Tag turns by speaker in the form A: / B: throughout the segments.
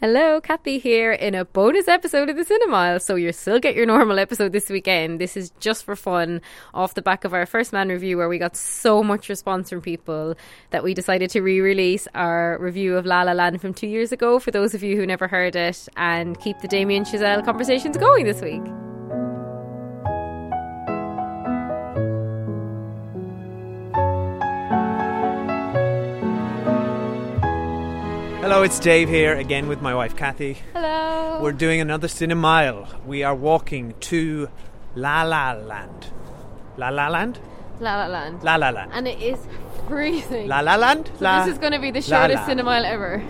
A: Hello, Kathy here in a bonus episode of the Cinemile. So you'll still get your normal episode this weekend. This is just for fun, off the back of our first man review, where we got so much response from people that we decided to re-release our review of La La Land from two years ago. For those of you who never heard it, and keep the Damien Chazelle conversations going this week.
B: Hello, it's Dave here again with my wife Kathy.
A: Hello.
B: We're doing another Cinemile. We are walking to La La Land. La La Land?
A: La La Land,
B: La La Land.
A: and it is freezing.
B: La La Land? La
A: this is going to be the
B: La
A: shortest
B: La.
A: Cinemile ever.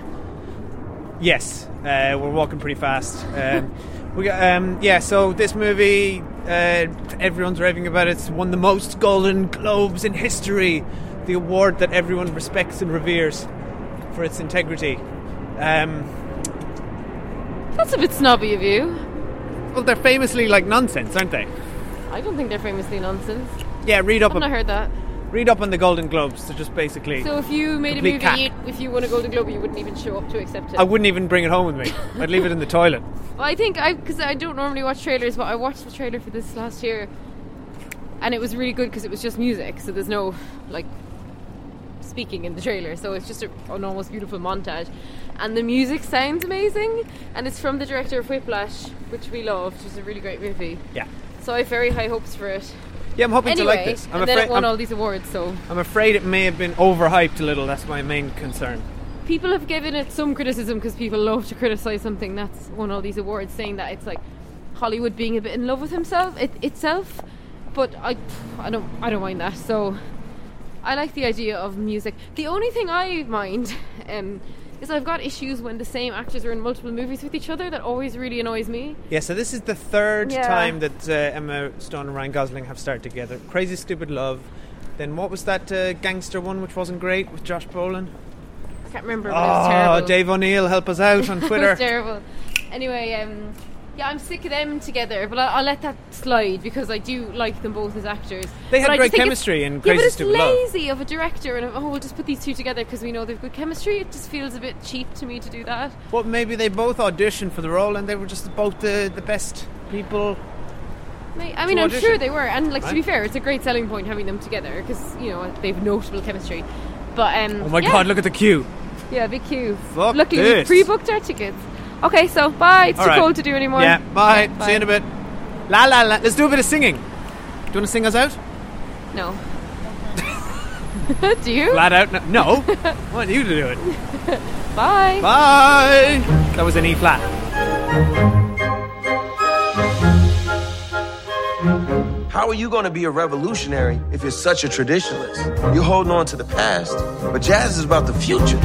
B: Yes, uh, we're walking pretty fast. Um, we got, um, yeah, so this movie, uh, everyone's raving about it. It's won the most Golden Globes in history, the award that everyone respects and reveres for its integrity. Um,
A: That's a bit snobby of you.
B: well, they're famously like nonsense, aren't they?
A: I don't think they're famously nonsense.
B: Yeah, read up.
A: I've not
B: ab-
A: heard that.
B: Read up on the Golden Globes. They're just basically.
A: So if you made a
B: Complete
A: movie,
B: cack.
A: you'd, if you won a Golden Globe, you wouldn't even show up to accept it.
B: I wouldn't even bring it home with me. I'd leave it in the toilet.
A: Well, I think I because I don't normally watch trailers, but I watched the trailer for this last year, and it was really good because it was just music, so there's no like speaking in the trailer, so it's just a, an almost beautiful montage, and the music sounds amazing, and it's from the director of Whiplash, which we loved, which is a really great movie.
B: Yeah.
A: So I have very high hopes for it.
B: Yeah, I'm hoping
A: Anyway,
B: to like this. I'm
A: and then it
B: afraid.
A: won
B: I'm,
A: all these awards, so
B: I'm afraid it may have been overhyped a little. That's my main concern.
A: people have given it some criticism because people love to criticize something that's won all these awards, saying that it's like Hollywood being a bit in love with himself it, itself. But I, I don't, I don't mind that. So I like the idea of music. The only thing I mind um, is I've got issues when the same actors are in multiple movies with each other. That always really annoys me.
B: Yeah, so this is the third
A: Yeah.
B: time that uh, Emma Stone and Ryan Gosling have started together. Crazy Stupid Love. Then what was that uh, gangster one which wasn't great with Josh Brolin?
A: I can't remember. But it was
B: Oh,
A: terrible.
B: Dave O'Neill, help us out on
A: It
B: Twitter.
A: was terrible. Anyway, um, yeah, I'm sick of them together, but I'll, I'll let that slide because I do like them both as actors.
B: They had
A: But I just
B: great
A: think it's-
B: chemistry in
A: yeah,
B: Crazy
A: but it's
B: Stupid Love.
A: lazy of a director, and oh, we'll just put these two together because we know they've good chemistry. It just feels a bit cheap to me to do that.
B: Well, maybe they both auditioned for the role and they were just both the, the best people.
A: May- I mean,
B: To
A: I'm
B: audition.
A: sure they were, and like to be
B: Right.
A: fair, it's a great selling point having them together because you know they've notable chemistry. But um,
B: Oh my
A: yeah.
B: god, look at the queue.
A: yeah, big queue.
B: Fuck
A: Luckily, we
B: this.
A: pre-booked our tickets. Okay, so bye. It's
B: All
A: too
B: right.
A: cold to do anymore.
B: Yeah, bye.
A: Okay,
B: See you in a bit. La la la. Let's do a bit of singing. Do you want to sing us out?
A: No. do you?
B: Flat out? No. no. Why don't you do it?
A: Bye.
B: Bye. That was an E flat.
C: How are you going to be a revolutionary if you're such a traditionalist? You're holding on to the past, but jazz is about the future.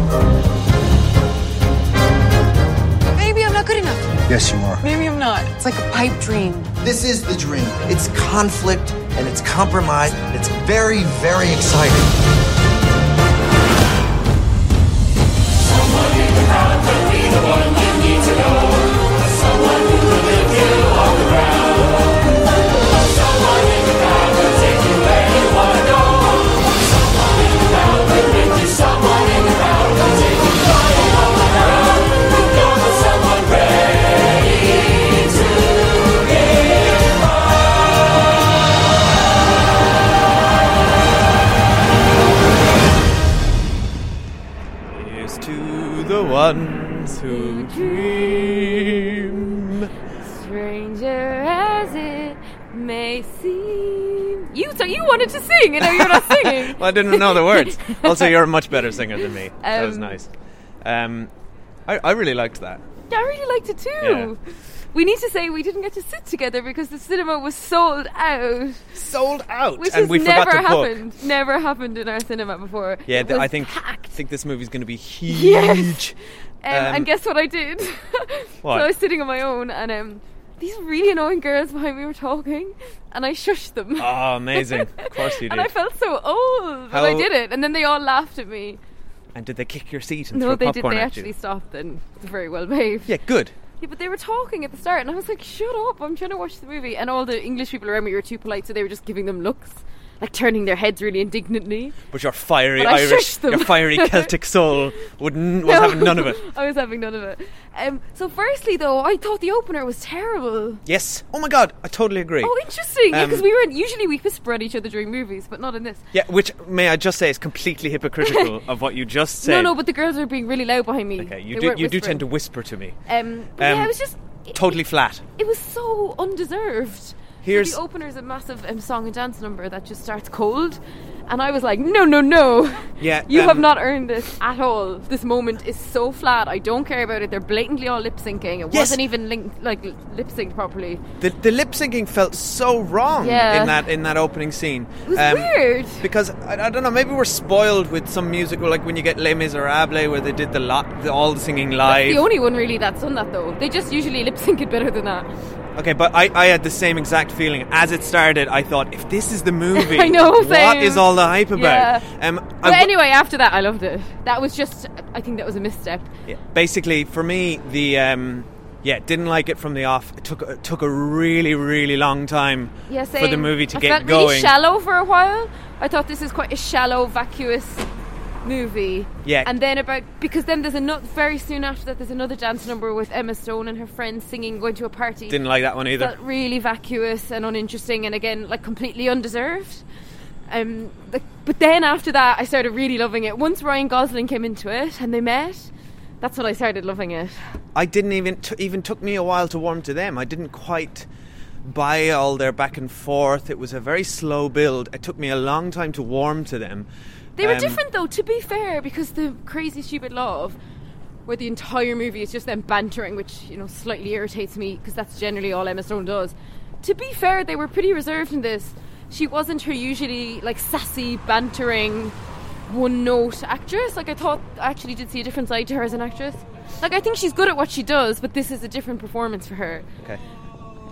D: Maybe I'm not good enough.
E: Yes, you are.
D: Maybe I'm not. It's like a pipe dream.
E: This is the dream. It's conflict and it's compromise. And it's very, very exciting.
B: Here's to the ones who dream.
A: Stranger as it may seem. You so you wanted to sing, and now you're not singing.
B: Well, I didn't know the words. Also, you're a much better singer than me. that was
A: Um,
B: nice. Um, I, I really liked that.
A: I really liked it too. We need to say we didn't get to sit together because the cinema was sold out,
B: Sold out,
A: which
B: and
A: has
B: we
A: never
B: forgot to book.
A: happened. Never happened in our cinema before.
B: Yeah,
A: It
B: th- I
A: was
B: think
A: packed.
B: think this movie's going to be huge.
A: Yes. Um,
B: Um,
A: and guess what I did?
B: What?
A: so I was sitting on my own, and um, these really annoying girls behind me were talking, and I shushed them.
B: Oh, amazing! Of course you did.
A: and I felt so old, but I
B: How-
A: did it. And then they all laughed at me.
B: And did they kick your seat and
A: No,
B: throw
A: they did.
B: popcorn
A: They
B: at you?
A: actually stopped. Then very well behaved.
B: Yeah, good.
A: Yeah, but they were talking at the start, and I was like, "Shut up! I'm trying to watch the movie." And all the English people around me were too polite, so they were just giving them looks, like turning their heads really indignantly.
B: But your fiery
A: But I
B: Irish,
A: shushed them.
B: your fiery Celtic soul wouldn't was
A: No.
B: having none of it.
A: I was having none of it. Um, so, firstly, though, I thought the opener was terrible.
B: Yes. Oh my God, I totally agree.
A: Oh, interesting. Yeah, 'cause because
B: Um,
A: we were usually we whisper at each other during movies, but not in this.
B: yeah, which may I just say is completely hypocritical of what you just said.
A: No, no, but the girls are being really loud behind me.
B: okay, you
A: They
B: do
A: weren't
B: you do
A: whispering.
B: tend to whisper to me.
A: Um, but yeah,
B: Um,
A: it was just it,
B: Totally flat.
A: It was so undeserved.
B: Here's-
A: so the opener's a massive um, song and dance number that just starts cold, and I was like, no, no, no.
B: Yeah,
A: you have
B: um,
A: not earned this at all. This moment is so flat. I don't care about it. They're blatantly all lip syncing. It
B: Yes.
A: wasn't even linked, like lip synced properly.
B: The, the lip syncing felt so wrong
A: Yeah.
B: in that in that opening scene. It
A: was weird.
B: because I, I don't know. Maybe we're spoiled with some music, or like when you get Les Miserables, where they did the lot, the, all the singing live.
A: The only one really that's done that though. They just usually lip sync it better than that.
B: okay, but I, I had the same exact feeling as it started. I thought, if this is the movie,
A: I know,
B: what is
A: same.
B: all the hype about?
A: Yeah.
B: Um, I
A: But
B: w-
A: anyway, after that, I loved it. That was just, I think that was a misstep.
B: Yeah. Basically, for me, the um, yeah didn't like it from the off. It took it took a really really long time
A: Yeah,
B: for the
A: same.
B: movie to
A: I
B: get
A: felt
B: going.
A: Really shallow for a while. I thought this is quite a shallow, vacuous movie.
B: Yeah.
A: And then about because then there's another very soon after that there's another dance number with Emma Stone and her friends singing going to a party.
B: Didn't like that one either.
A: felt really vacuous and uninteresting, and again, like completely undeserved. Um, like, but then after that, I started really loving it. Once Ryan Gosling came into it and they met, that's when I started loving it.
B: I didn't even t- even took me a while to warm to them. I didn't quite buy all their back and forth. It was a very slow build. It took me a long time to warm to them.
A: They were
B: Um,
A: different, though, to be fair, because the Crazy Stupid Love, where the entire movie is just them bantering, which you know slightly irritates me because that's generally all Emma Stone does. To be fair, they were pretty reserved in this. She wasn't her usually like sassy, bantering, one note actress. Like I thought, I actually did see a different side to her as an actress. Like I think she's good at what she does, but this is a different performance for her.
B: Okay.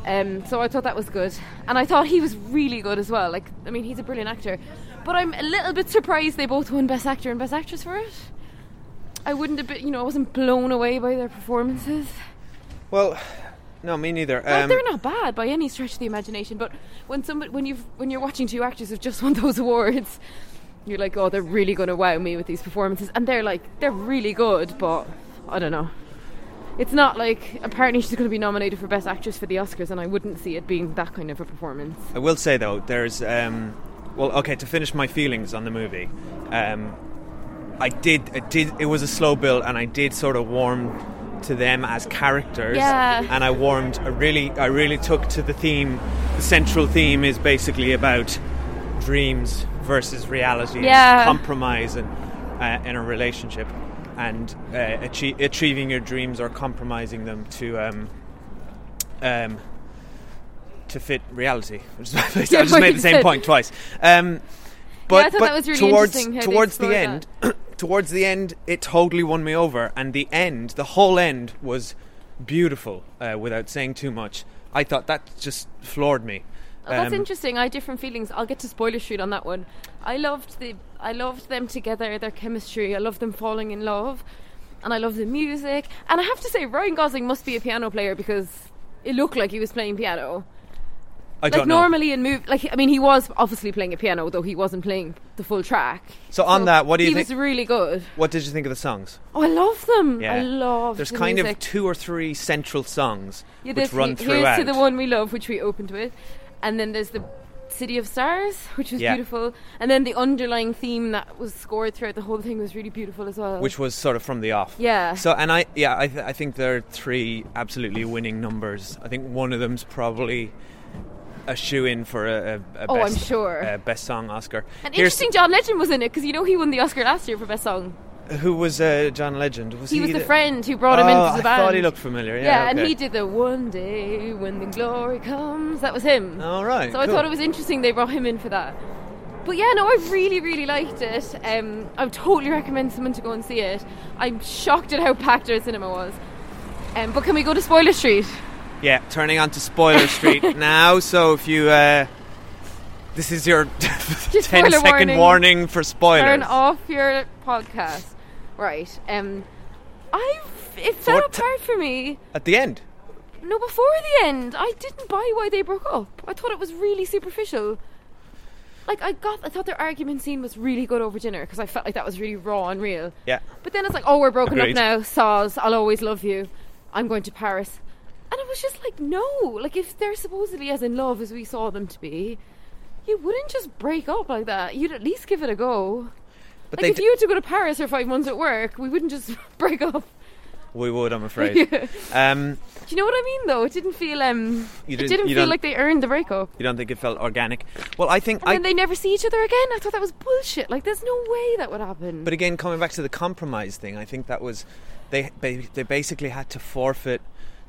A: Um, so I thought that was good, and I thought he was really good as well. Like, I mean, he's a brilliant actor, but I'm a little bit surprised they both won Best Actor and Best Actress for it. I wouldn't have been, you know, I wasn't blown away by their performances.
B: Well, no, me neither.
A: Like,
B: Um,
A: they're not bad by any stretch of the imagination, but when somebody, when you've, when you're watching two actors who've just won those awards, you're like, oh, they're really going to wow me with these performances, and they're like, they're really good, but I don't know. It's not like apparently she's going to be nominated for Best Actress for the Oscars, and I wouldn't see it being that kind of a performance.
B: I will say though, there's um, well, okay, to finish my feelings on the movie, um, I did it did it was a slow build, and I did sort of warm to them as characters,
A: Yeah.
B: and I warmed. I really, I really took to the theme. The central theme is basically about dreams versus reality, and
A: Yeah.
B: compromise, and uh, in a relationship, and uh, achie- achieving your dreams or compromising them to. Um, um, to fit reality. I just, I
A: Yeah,
B: just
A: what
B: made
A: you
B: the same
A: said.
B: point twice. Um, but
A: thought
B: but
A: that was really
B: towards
A: interesting how they
B: towards the
A: explored
B: end, towards the end, it totally won me over. And the end, the whole end was beautiful. Uh, without saying too much, I thought that just floored me.
A: Oh, that's
B: Um,
A: interesting. I had different feelings. I'll get to spoiler shoot on that one. I loved the I loved them together, their chemistry. I loved them falling in love, and I loved the music. And I have to say, Ryan Gosling must be a piano player because it looked like he was playing piano.
B: I
A: Like
B: don't know.
A: normally in move, like I mean, he was obviously playing a piano, though he wasn't playing the full track.
B: So on that, what do you
A: He
B: think-
A: was really good.
B: What did you think of the songs?
A: Oh, I love them. I
B: Yeah.
A: love.
B: There's
A: the
B: kind
A: music.
B: of two or three central songs
A: Yeah,
B: which
A: there's
B: run
A: he- here's
B: throughout.
A: to the one we love, which we opened with, and then there's the City of Stars, which was
B: Yeah.
A: beautiful, and then the underlying theme that was scored throughout the whole thing was really beautiful as well.
B: which was sort of from the off.
A: Yeah.
B: So and I yeah I, th- I think there are three absolutely winning numbers. I think one of them's probably a shoe in for a, a, a
A: Oh,
B: best,
A: I'm sure.
B: uh, best song Oscar.
A: and
B: Here's-
A: interesting, John Legend was in it because you know he won the Oscar last year for best song.
B: Who was uh, John Legend? Was
A: He was the friend who brought him into
B: Oh,
A: the
B: I
A: band.
B: thought he looked familiar. Yeah,
A: Yeah, and he did the one day when the glory comes. That was him.
B: All right.
A: So I thought it was interesting they brought him in for that. But yeah, no, I really, really liked it. Um, I would totally recommend someone to go and see it. I'm shocked at how packed our cinema was. Um, but can we go to Spoiler Street?
B: Yeah, turning on to Spoiler Street now. So if you, uh, this is your 10 second
A: spoiler warning.
B: warning. for spoilers.
A: Turn off your podcast. Right. Um, I it fell
B: What-
A: apart for me.
B: At the end.
A: No, before the end, I didn't buy why they broke up. I thought it was really superficial. Like I got, I thought their argument scene was really good over dinner because I felt like that was really raw and real.
B: Yeah.
A: But then it's like, oh, we're broken
B: Agreed.
A: up now. Saws, I'll always love you. I'm going to Paris. And I was just like, no. Like, if they're supposedly as in love as we saw them to be, you wouldn't just break up like that. You'd at least give it a go.
B: But
A: like,
B: they
A: if
B: d-
A: you had to go to Paris for five months at work, we wouldn't just break up.
B: we would, I'm afraid. um,
A: Do you know what I mean, though? It didn't feel, um,
B: You
A: it
B: didn't-
A: didn't
B: you
A: feel
B: don't-
A: like they earned the breakup.
B: you don't think it felt organic? Well, I think
A: And
B: I.
A: then they never see each other again. I thought that was bullshit. Like, there's no way that would happen.
B: But again, coming back to the compromise thing, I think that was they ba- they basically had to forfeit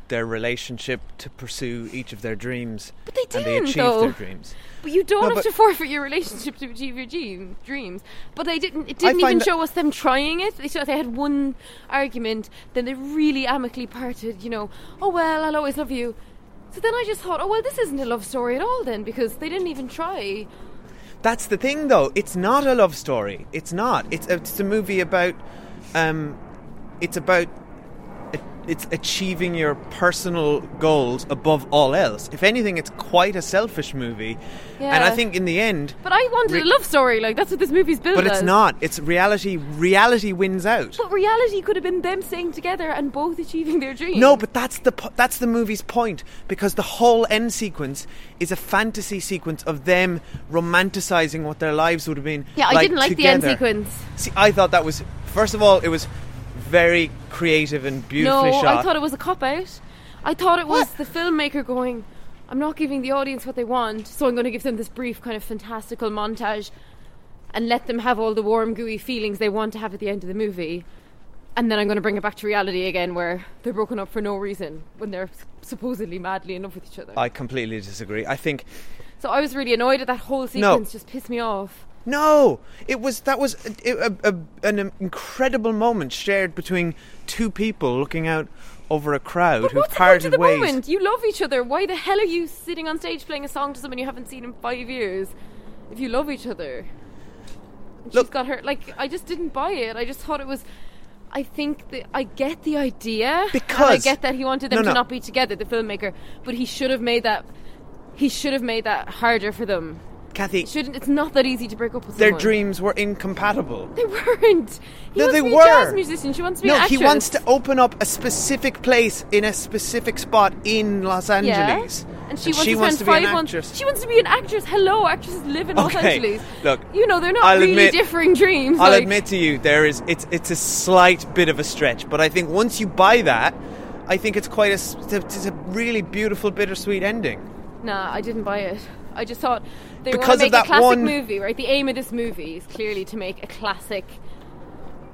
B: their relationship to pursue each of their dreams.
A: But they
B: and they
A: didn't,
B: achieved
A: though.
B: their dreams.
A: But you don't
B: No,
A: have
B: but-
A: to forfeit your relationship to achieve your dream, dreams. But they didn't. It didn't
B: find
A: even
B: that-
A: show us them trying it. They showed they had one argument, then they really amicably parted. You know, oh well, I'll always love you. So then I just thought, oh well, this isn't a love story at all then, because they didn't even try.
B: That's the thing, though. It's not a love story. It's not. It's it's a movie about, um, it's about, it's achieving your personal goals above all else. If anything, it's quite a selfish movie, and I
A: Yeah.
B: think in the end,
A: But I wanted
B: Re-
A: a love story. Like that's what this movie's built.
B: but it's
A: as.
B: not. It's reality. Reality wins out.
A: But reality could have been them staying together and both achieving their dreams.
B: No, but that's the po- that's the movie's point because the whole end sequence is a fantasy sequence of them romanticizing what their lives would have been.
A: yeah, I didn't like the
B: together.
A: end sequence.
B: See, I thought that was first of all it was very creative and beautifully
A: no,
B: shot.
A: I thought it was a cop out. I thought it was the filmmaker going, I'm not giving the audience what they want, so I'm going to give them this brief, kind of fantastical montage and let them have all the warm, gooey feelings they want to have at the end of the movie. And then I'm going to bring it back to reality again, where they're broken up for no reason when they're s- supposedly madly in love with each other.
B: I completely disagree. I think
A: so I was really annoyed at that whole sequence, just pissed me off.
B: no, it was that was a, a, a, an incredible moment shared between two people looking out over a crowd who
A: What's the point
B: parted
A: of the
B: ways.
A: moment? You love each other. Why the hell are you sitting on stage playing a song to someone you haven't seen in five years? If you love each other, And
B: Look-
A: she's got her. Like I just didn't buy it. I just thought it was. I think that I get the idea and I
B: Because-
A: get that he wanted them
B: No,
A: to
B: no.
A: not be together, the filmmaker. But he should have made that. He should have made that harder for them.
B: Kathy,
A: Shouldn't? It's not that easy to break up with
B: their
A: someone.
B: dreams were incompatible.
A: They weren't. He
B: No,
A: wants
B: they
A: to be
B: were.
A: a jazz musician. She wants to be
B: No,
A: an actress.
B: he wants to open up a specific place in a specific spot in Los Angeles.
A: Yeah. And she wants to spend
B: wants
A: five
B: be an
A: months.
B: actress.
A: She wants to be an actress. Hello, actresses live in Los
B: Okay,
A: Angeles.
B: look,
A: you know they're not
B: I'll
A: really
B: admit-
A: differing dreams.
B: I'll
A: like-
B: admit to you, there is it's it's a slight bit of a stretch, but I think once you buy that, I think it's quite a s- it's a, it's a really beautiful bittersweet ending.
A: Nah, I didn't buy it. I just thought they
B: Because
A: want
B: of
A: to make
B: that
A: a classic
B: one-
A: movie, right? The aim of this movie is clearly to make a classic,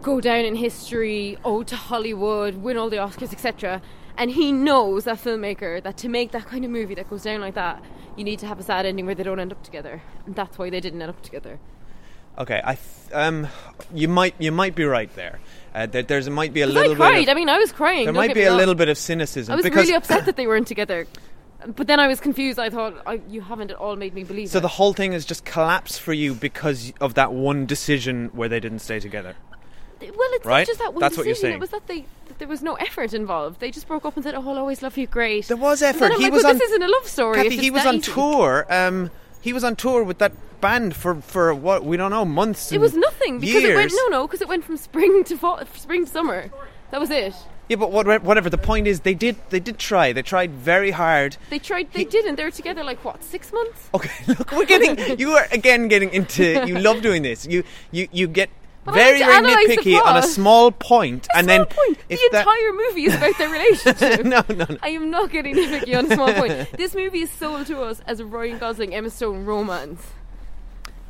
A: go down in history, ode to Hollywood, win all the Oscars, etc. And he knows that filmmaker that to make that kind of movie that goes down like that, you need to have a sad ending where they don't end up together, and that's why they didn't end up together.
B: Okay, I th- um, you might you might be right there. Uh, there there's might be a
A: 'Cause
B: little
A: I cried.
B: bit.
A: I
B: Of,
A: mean, I was crying.
B: there
A: don't
B: might
A: get
B: be
A: me
B: a
A: wrong.
B: little bit of cynicism
A: I was
B: because
A: really upset that they weren't together. But then I was confused. I thought, I, you haven't at all made me believe
B: so
A: it.
B: the whole thing has just collapsed for you because of that one decision where they didn't stay together.
A: well, it's
B: Right?
A: not just that one
B: That's what
A: decision.
B: you're
A: It
B: saying.
A: was that they that there was no effort involved. They just broke up and said, "Oh, I'll always love you." Great.
B: There was
A: And then
B: effort.
A: I'm
B: He
A: like,
B: was
A: well,
B: on.
A: This isn't a love story. if
B: Kathy,
A: it's
B: he was
A: that
B: on
A: easy.
B: tour. Um, he was on tour with that band for for what we don't know months.
A: It
B: and
A: was nothing because
B: years.
A: it went no, no, because it went from spring to fall, spring to summer. That was it.
B: Yeah, but what, whatever. The point is, they did they did try. They tried very hard.
A: They tried. They didn't. They were together like what six months.
B: Okay, look, we're getting you are again getting into. You love doing this. You you you get.
A: But I
B: Very, very
A: like to analyse the
B: nitpicky on a
A: plot.
B: small point,
A: A
B: and
A: small
B: then
A: point.
B: if
A: the
B: that-
A: entire movie is about their relationship.
B: no, no, no.
A: I am not getting nitpicky on a small point. This movie is sold to us as a Ryan Gosling Emma Stone romance.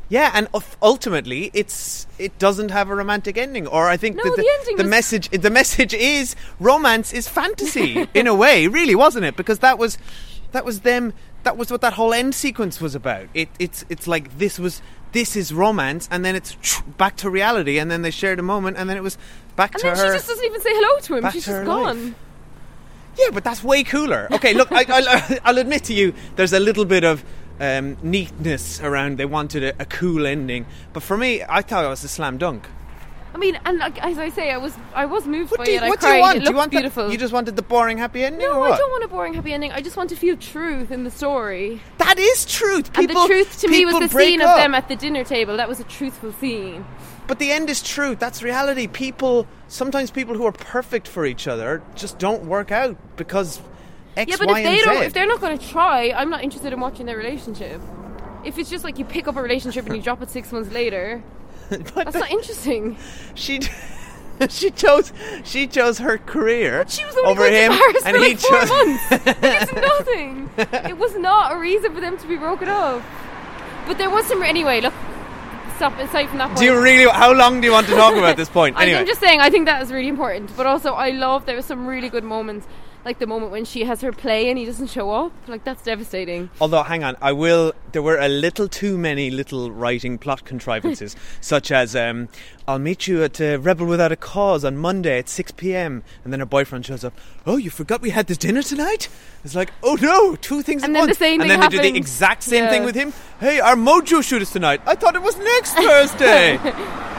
B: Yeah, and uf- ultimately, it's it doesn't have a romantic ending. Or I think
A: No,
B: that the,
A: the ending was-
B: message the message is romance is fantasy in a way, really, wasn't it? Because that was that was them. That was what that whole end sequence was about. It, it's it's like this was this is romance, and then it's back to reality, and then they shared a moment, and then it was back
A: And
B: to
A: then
B: her.
A: she just doesn't even say hello to him.
B: back
A: She's
B: to her
A: just gone.
B: life. Yeah, but that's way cooler. Okay, look, I, I'll, I'll admit to you, there's a little bit of um, neatness around. They wanted a, a cool ending, but for me, I thought it was a slam dunk.
A: I mean, and like, as I say, I was I was moved by
B: do you,
A: it. I
B: what do
A: cried.
B: you want?
A: It
B: Do you
A: looked
B: want the-
A: beautiful.
B: you just wanted the boring happy ending?
A: no,
B: or
A: I
B: what?
A: don't want a boring happy ending. I just want to feel truth in the story.
B: That is truth.
A: And
B: People,
A: the truth to me was
B: people
A: the
B: break
A: scene
B: up.
A: of them at the dinner table. That was a truthful scene.
B: But the end is truth. That's reality. People sometimes people who are perfect for each other just don't work out because X,
A: yeah, but
B: Y,
A: if
B: and
A: they
B: Z.
A: don't, if they're not going to try, I'm not interested in watching their relationship. If it's just like you pick up a relationship and you drop it six months later, that's not interesting.
B: she she chose she chose her career
A: She was only
B: over
A: going
B: him
A: to Paris
B: and
A: for
B: he
A: like four
B: chose
A: months. It's nothing. It was not a reason for them to be broken up. But there was some anyway. Look, stop aside from that. Point.
B: do you really how long do you want to talk about this point
A: I-
B: anyway
A: I'm just saying, I think that is really important. But also, I love there were some really good moments, like the moment when she has her play and he doesn't show up. Like that's devastating.
B: although hang on i will there were a little too many little writing plot contrivances such as um, i'll meet you at uh, rebel without a cause on monday at 6pm and then her boyfriend shows up oh you forgot we had this dinner tonight it's like oh no two things
A: And
B: at
A: then the
B: once
A: same thing
B: and then they do
A: happened.
B: the exact same thing
A: Yeah.
B: with him hey our mojo shoot is tonight i thought it was next thursday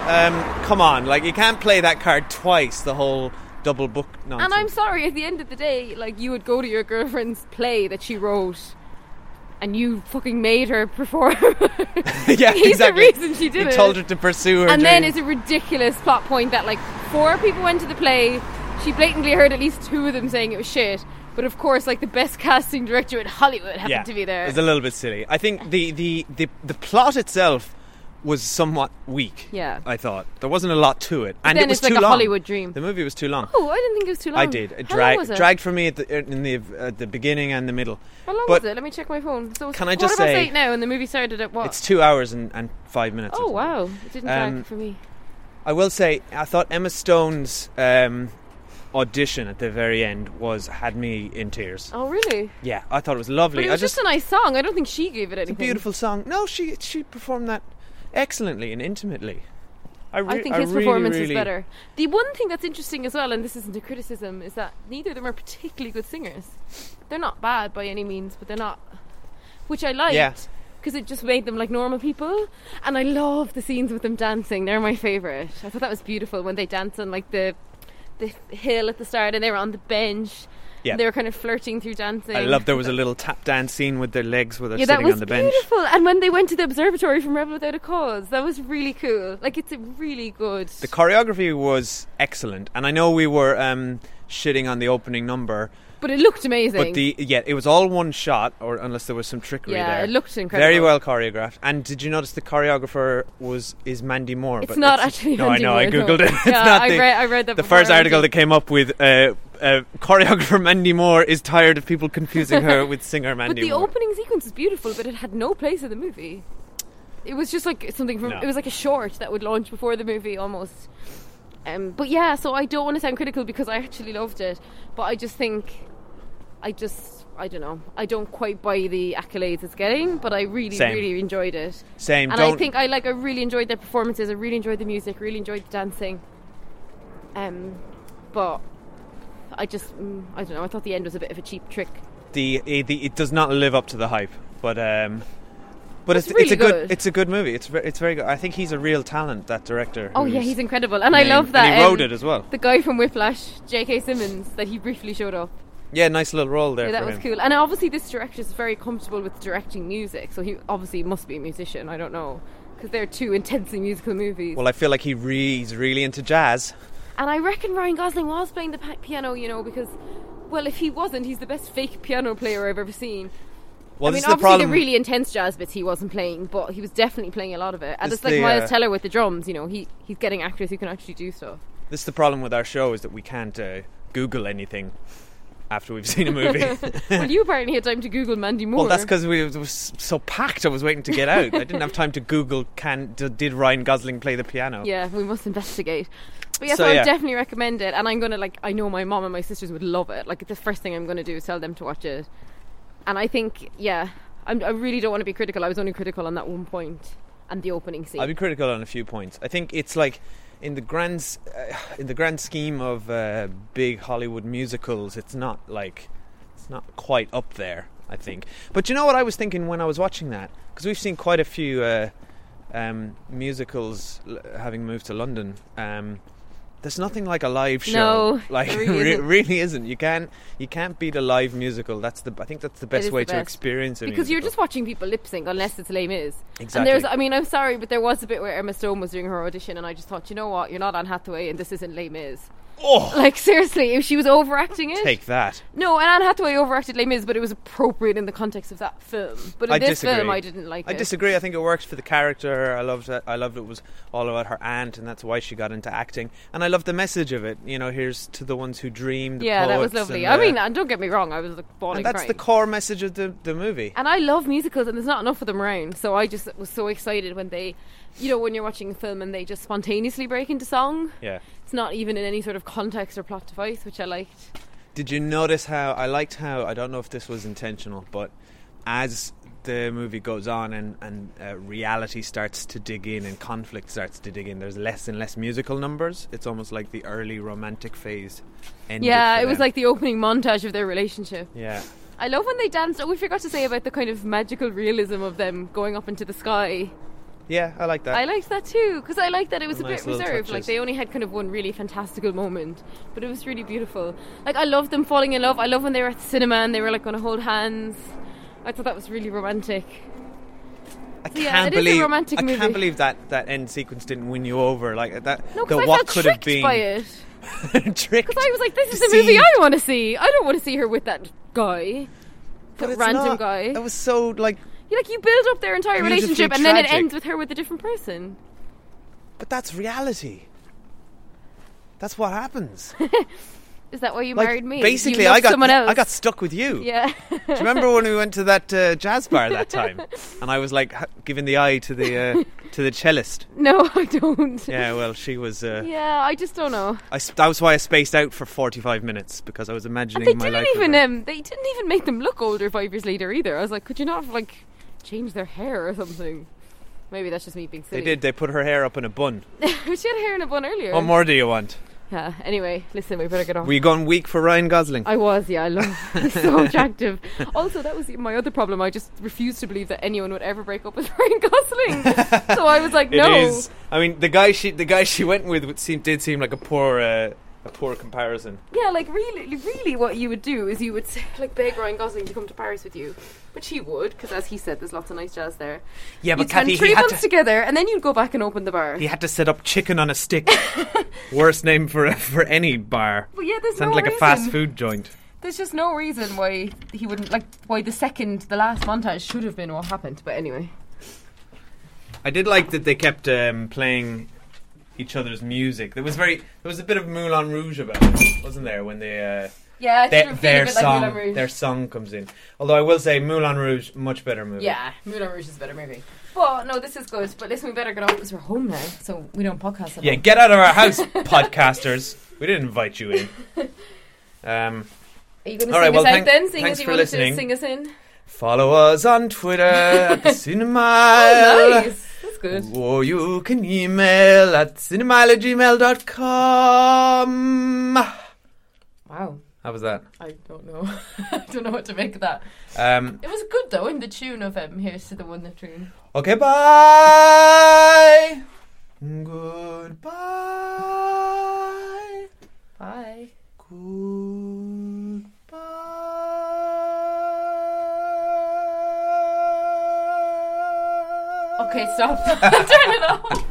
B: um, come on like you can't play that card twice the whole double book
A: And
B: nonsense
A: I'm sorry. At the end of the day, like you would go to your girlfriend's play that she wrote, and you fucking made her perform.
B: yeah,
A: He's the
B: exactly.
A: reason she did
B: he
A: it.
B: told her to pursue her.
A: and then
B: dream.
A: it's a ridiculous plot point that like four people went to the play. She blatantly heard at least two of them saying it was shit. But of course, like the best casting director in Hollywood happened to be there.
B: It's a little bit silly. I think the the the, the plot itself was somewhat weak.
A: Yeah.
B: I thought there wasn't a lot to it, and
A: then
B: it was
A: it's like
B: too
A: a
B: long.
A: Hollywood dream.
B: The movie was too long.
A: oh, I didn't think it was too long.
B: I did. It
A: How long
B: dragged
A: was it?
B: dragged for me at the er, in the at the beginning and the middle.
A: How long
B: but
A: was it? Let me check my phone. So it's
B: Can I
A: quarter
B: just
A: past
B: say-
A: eight now, and the movie started at what?
B: It's two hours and, and five minutes. or
A: oh
B: something.
A: wow, it didn't
B: Um,
A: drag for me.
B: I will say I thought Emma Stone's um, audition at the very end was had me in tears.
A: Oh really?
B: Yeah, I thought it was
A: But
B: lovely.
A: it was
B: I
A: just, a nice song. I don't think she gave it anything.
B: It's a beautiful song. No, she she performed that excellently and intimately. re-
A: I think his
B: really,
A: performance
B: really-
A: is better. The one thing that's interesting as well, and this isn't a criticism, is that neither of them are particularly good singers. They're not bad by any means, but they're not, which I liked.
B: Yeah.
A: Because it just made them like normal people, and I love the scenes with them dancing. They're my favorite. I thought that was beautiful when they danced on like the the hill at the start, and they were on the bench.
B: Yeah.
A: and they were kind of flirting through dancing.
B: I love there was a little tap dance scene with their legs where they're
A: Yeah, that
B: sitting
A: was
B: on the bench.
A: beautiful. And when they went to the observatory from Rebel Without a Cause, that was really cool. Like it's a really good.
B: The choreography was excellent, and I know we were um, shitting on the opening number,
A: But it looked amazing.
B: but the yeah, it was all one shot, or unless there was some trickery
A: Yeah,
B: there.
A: it looked
B: Very
A: incredible.
B: well choreographed. And did you notice the choreographer was is Mandy Moore?
A: It's not actually
B: No,
A: Mandy
B: I know. I
A: Moore, no.
B: googled it. it's
A: Yeah,
B: not
A: I
B: the,
A: read- I read that
B: The
A: before
B: first
A: I went
B: article
A: in.
B: that came up with. Uh, uh, choreographer Mandy Moore is tired of people confusing her with singer
A: but
B: Mandy
A: the
B: Moore.
A: opening sequence is beautiful, but it had no place in the movie. It was just like something from.
B: No.
A: It was like a short that would launch before the movie almost. Um, but yeah, so I don't want to sound critical because I actually loved it, but I just think, I just I don't know, I don't quite buy the accolades it's getting, but I really
B: Same.
A: really enjoyed it.
B: Same,
A: And I
B: don't-
A: think I like I really enjoyed their performances. I really enjoyed the music. Really enjoyed the dancing. Um, but I just mm, I don't know. I thought the end was a bit of a cheap trick.
B: the it, the, it does not live up to the hype, but um, but it's,
A: It's really
B: it's a good,
A: good.
B: it's a good movie. It's ve- it's very good. I think he's a real talent. That director.
A: Oh
B: who's-
A: yeah, he's incredible, and I
B: name-
A: love that. um,
B: and he wrote it as well.
A: The guy from Whiplash, J.K. Simmons, that he briefly showed up.
B: yeah, nice little role there.
A: Yeah, that
B: for
A: was
B: him.
A: cool. And obviously, this director is very comfortable with directing music, so he obviously must be a musician. I don't know because they're two intensely musical movies.
B: Well, I feel like he re- he's really into jazz.
A: and I reckon Ryan Gosling was playing the pa- piano, you know, because well, if he wasn't, he's the best fake piano player I've ever seen.
B: Well,
A: I mean,
B: this is the
A: obviously
B: problem.
A: the really intense jazz bits he wasn't playing, but he was definitely playing a lot of it. And
B: This
A: it's like
B: the,
A: Miles
B: uh,
A: Teller with the drums, you know, he he's getting actors who can actually do stuff.
B: this is the problem with our show is that we can't uh, Google anything. after we've seen a movie.
A: well, you apparently had time to Google Mandy Moore.
B: well, that's because we it was so packed. I was waiting to get out. I didn't have time to Google. Can d- did Ryan Gosling play the piano?
A: Yeah, we must investigate. But yes,
B: So,
A: I would
B: yeah.
A: definitely recommend it, and I'm gonna like. I know my mom and my sisters would love it. Like the first thing I'm gonna do is tell them to watch it, and I think yeah, I'm, I really don't want to be critical. I was only critical on that one point and the opening scene.
B: I'll be critical on a few points. I think it's like in the grand s- uh, in the grand scheme of uh, big Hollywood musicals, it's not like it's not quite up there. I think. But you know what I was thinking when I was watching that because we've seen quite a few uh, um, musicals l- having moved to London. Um, there's nothing like a live show.
A: No,
B: like
A: there
B: re-
A: really
B: really,
A: isn't.
B: isn't. You can't you can't beat a live musical. That's the I think that's the best
A: is
B: way
A: the
B: to
A: best.
B: experience it
A: because you're just watching people lip sync, unless it's lame is. And
B: Exactly.
A: there's, I mean, I'm sorry, but there was a bit where Emma Stone was doing her audition, and I just thought, you know what, you're not on Hathaway, and this isn't lame is.
B: oh
A: Like seriously, if she was overacting it,
B: take that.
A: No, and Anne Hathaway overacted Les Mis, but it was appropriate in the context of that film. But in
B: I
A: this
B: disagree.
A: film, I didn't like
B: I
A: it.
B: disagree. I think it worked for the character. I loved that. I loved it was all about her aunt, and that's why she got into acting. And I loved the message of it. You know, here's to the ones who dream. The
A: yeah, that was
B: poets
A: lovely.
B: and
A: I
B: the-
A: mean, and don't get me wrong, I was like bawling
B: and that's
A: crying.
B: the core message of the the movie.
A: and I love musicals, and there's not enough of them around. So I just was so excited when they, you know, when you're watching a film and they just spontaneously break into song.
B: Yeah.
A: It's not even in any sort of context or plot device, which I liked.
B: Did you notice how I liked how I don't know if this was intentional, but as the movie goes on and and uh, reality starts to dig in and conflict starts to dig in, there's less and less musical numbers. It's almost like the early romantic phase. Ended
A: Yeah,
B: for
A: it was
B: them.
A: like the opening montage of their relationship.
B: yeah.
A: I love when they danced. Oh, we forgot to say about the kind of magical realism of them going up into the sky.
B: Yeah, I like that.
A: I liked that too because I liked that it was
B: Nice
A: a bit
B: little
A: reserved. Like
B: touches.
A: they only had kind of one really fantastical moment, but it was really beautiful. Like I love them falling in love. I love when they were at the cinema and they were like going to hold hands. I thought that was really romantic.
B: I
A: yeah,
B: can't
A: uh, it is a
B: believe
A: romantic
B: I
A: movie.
B: can't believe that that end sequence didn't win you over like that.
A: No,
B: the
A: because I
B: what
A: felt
B: could have
A: tricked
B: been
A: by it.
B: tricked.
A: Because I was like, this is the movie I want to see. I don't want to see her with that guy, that random guy.
B: That was so like,
A: You like you build up their entire
B: Beautifully
A: relationship and then it
B: tragic.
A: ends with her with a different person.
B: but that's reality. That's what happens.
A: Is that why you
B: Like,
A: married me? You
B: Basically,
A: love
B: I got
A: someone else.
B: I got stuck with you.
A: yeah.
B: Do you remember when we went to that uh, jazz bar that time, and I was like h- giving the eye to the uh, to the cellist?
A: no, I don't.
B: Yeah, well, she was. Uh,
A: Yeah, I just don't know.
B: I sp- that was why I spaced out for forty five minutes because I was imagining
A: They
B: my
A: didn't
B: life. with
A: even
B: her.
A: um, they didn't even make them look older five years later either. I was like, could you not have like changed their hair or something? Maybe that's just me being
B: they
A: silly.
B: did. They put her hair up in a bun.
A: she had hair in a bun earlier.
B: What more do you want?
A: yeah. Anyway, listen, we better get off.
B: Were you gone weak for Ryan Gosling?
A: I was, yeah, I love. He's so attractive. Also, that was my other problem. I just refused to believe that anyone would ever break up with Ryan Gosling. so I was like,
B: It
A: no.
B: is- I mean, the guy she the guy she went with would seem, did seem like a poor uh, a poor comparison.
A: Yeah, like really, really, what you would do is you would say, like beg Ryan Gosling to come to Paris with you, which he would, because as he said, there's lots of nice jazz there.
B: Yeah,
A: You'd spend three months together, and then you'd go back and open the bar.
B: he had to set up chicken on a stick. Worst name for a- for any bar.
A: But Oh, yeah, there's
B: Sounds
A: no
B: like
A: reason.
B: a fast food joint.
A: There's just no reason why he wouldn't like why the second, the last montage should have been what happened. But anyway,
B: I did like that they kept um, playing each other's music. There was very there was a bit of Moulin Rouge about it, wasn't there? When they uh,
A: yeah, it
B: their-
A: should have been a
B: their
A: bit
B: song
A: like Moulin Rouge.
B: their song comes in. Although I will say Moulin Rouge much better movie.
A: yeah, Moulin Rouge is a better movie. Well, no, this is good. But listen, we better get on because we're home now, so we don't podcast. at
B: Yeah,
A: all.
B: get out of our house, podcasters. We didn't invite you in. Um,
A: Are you going to sing
B: All right, well,
A: us out
B: thank-
A: then? Seeing
B: thanks
A: as you
B: for
A: wanted
B: listening.
A: to sing us in.
B: follow us on Twitter at the Cinema. Ah.
A: Oh, nice. That's good.
B: Or you can email at cinemile at gmail.com.
A: Wow.
B: How was that?
A: I don't know. I don't know what to make of that.
B: Um,
A: It was good though in the tune of um, Here's to the One That Dream.
B: okay, bye. Goodbye.
A: Bye.
B: Goodbye.
A: Okay, stop. Turn it off.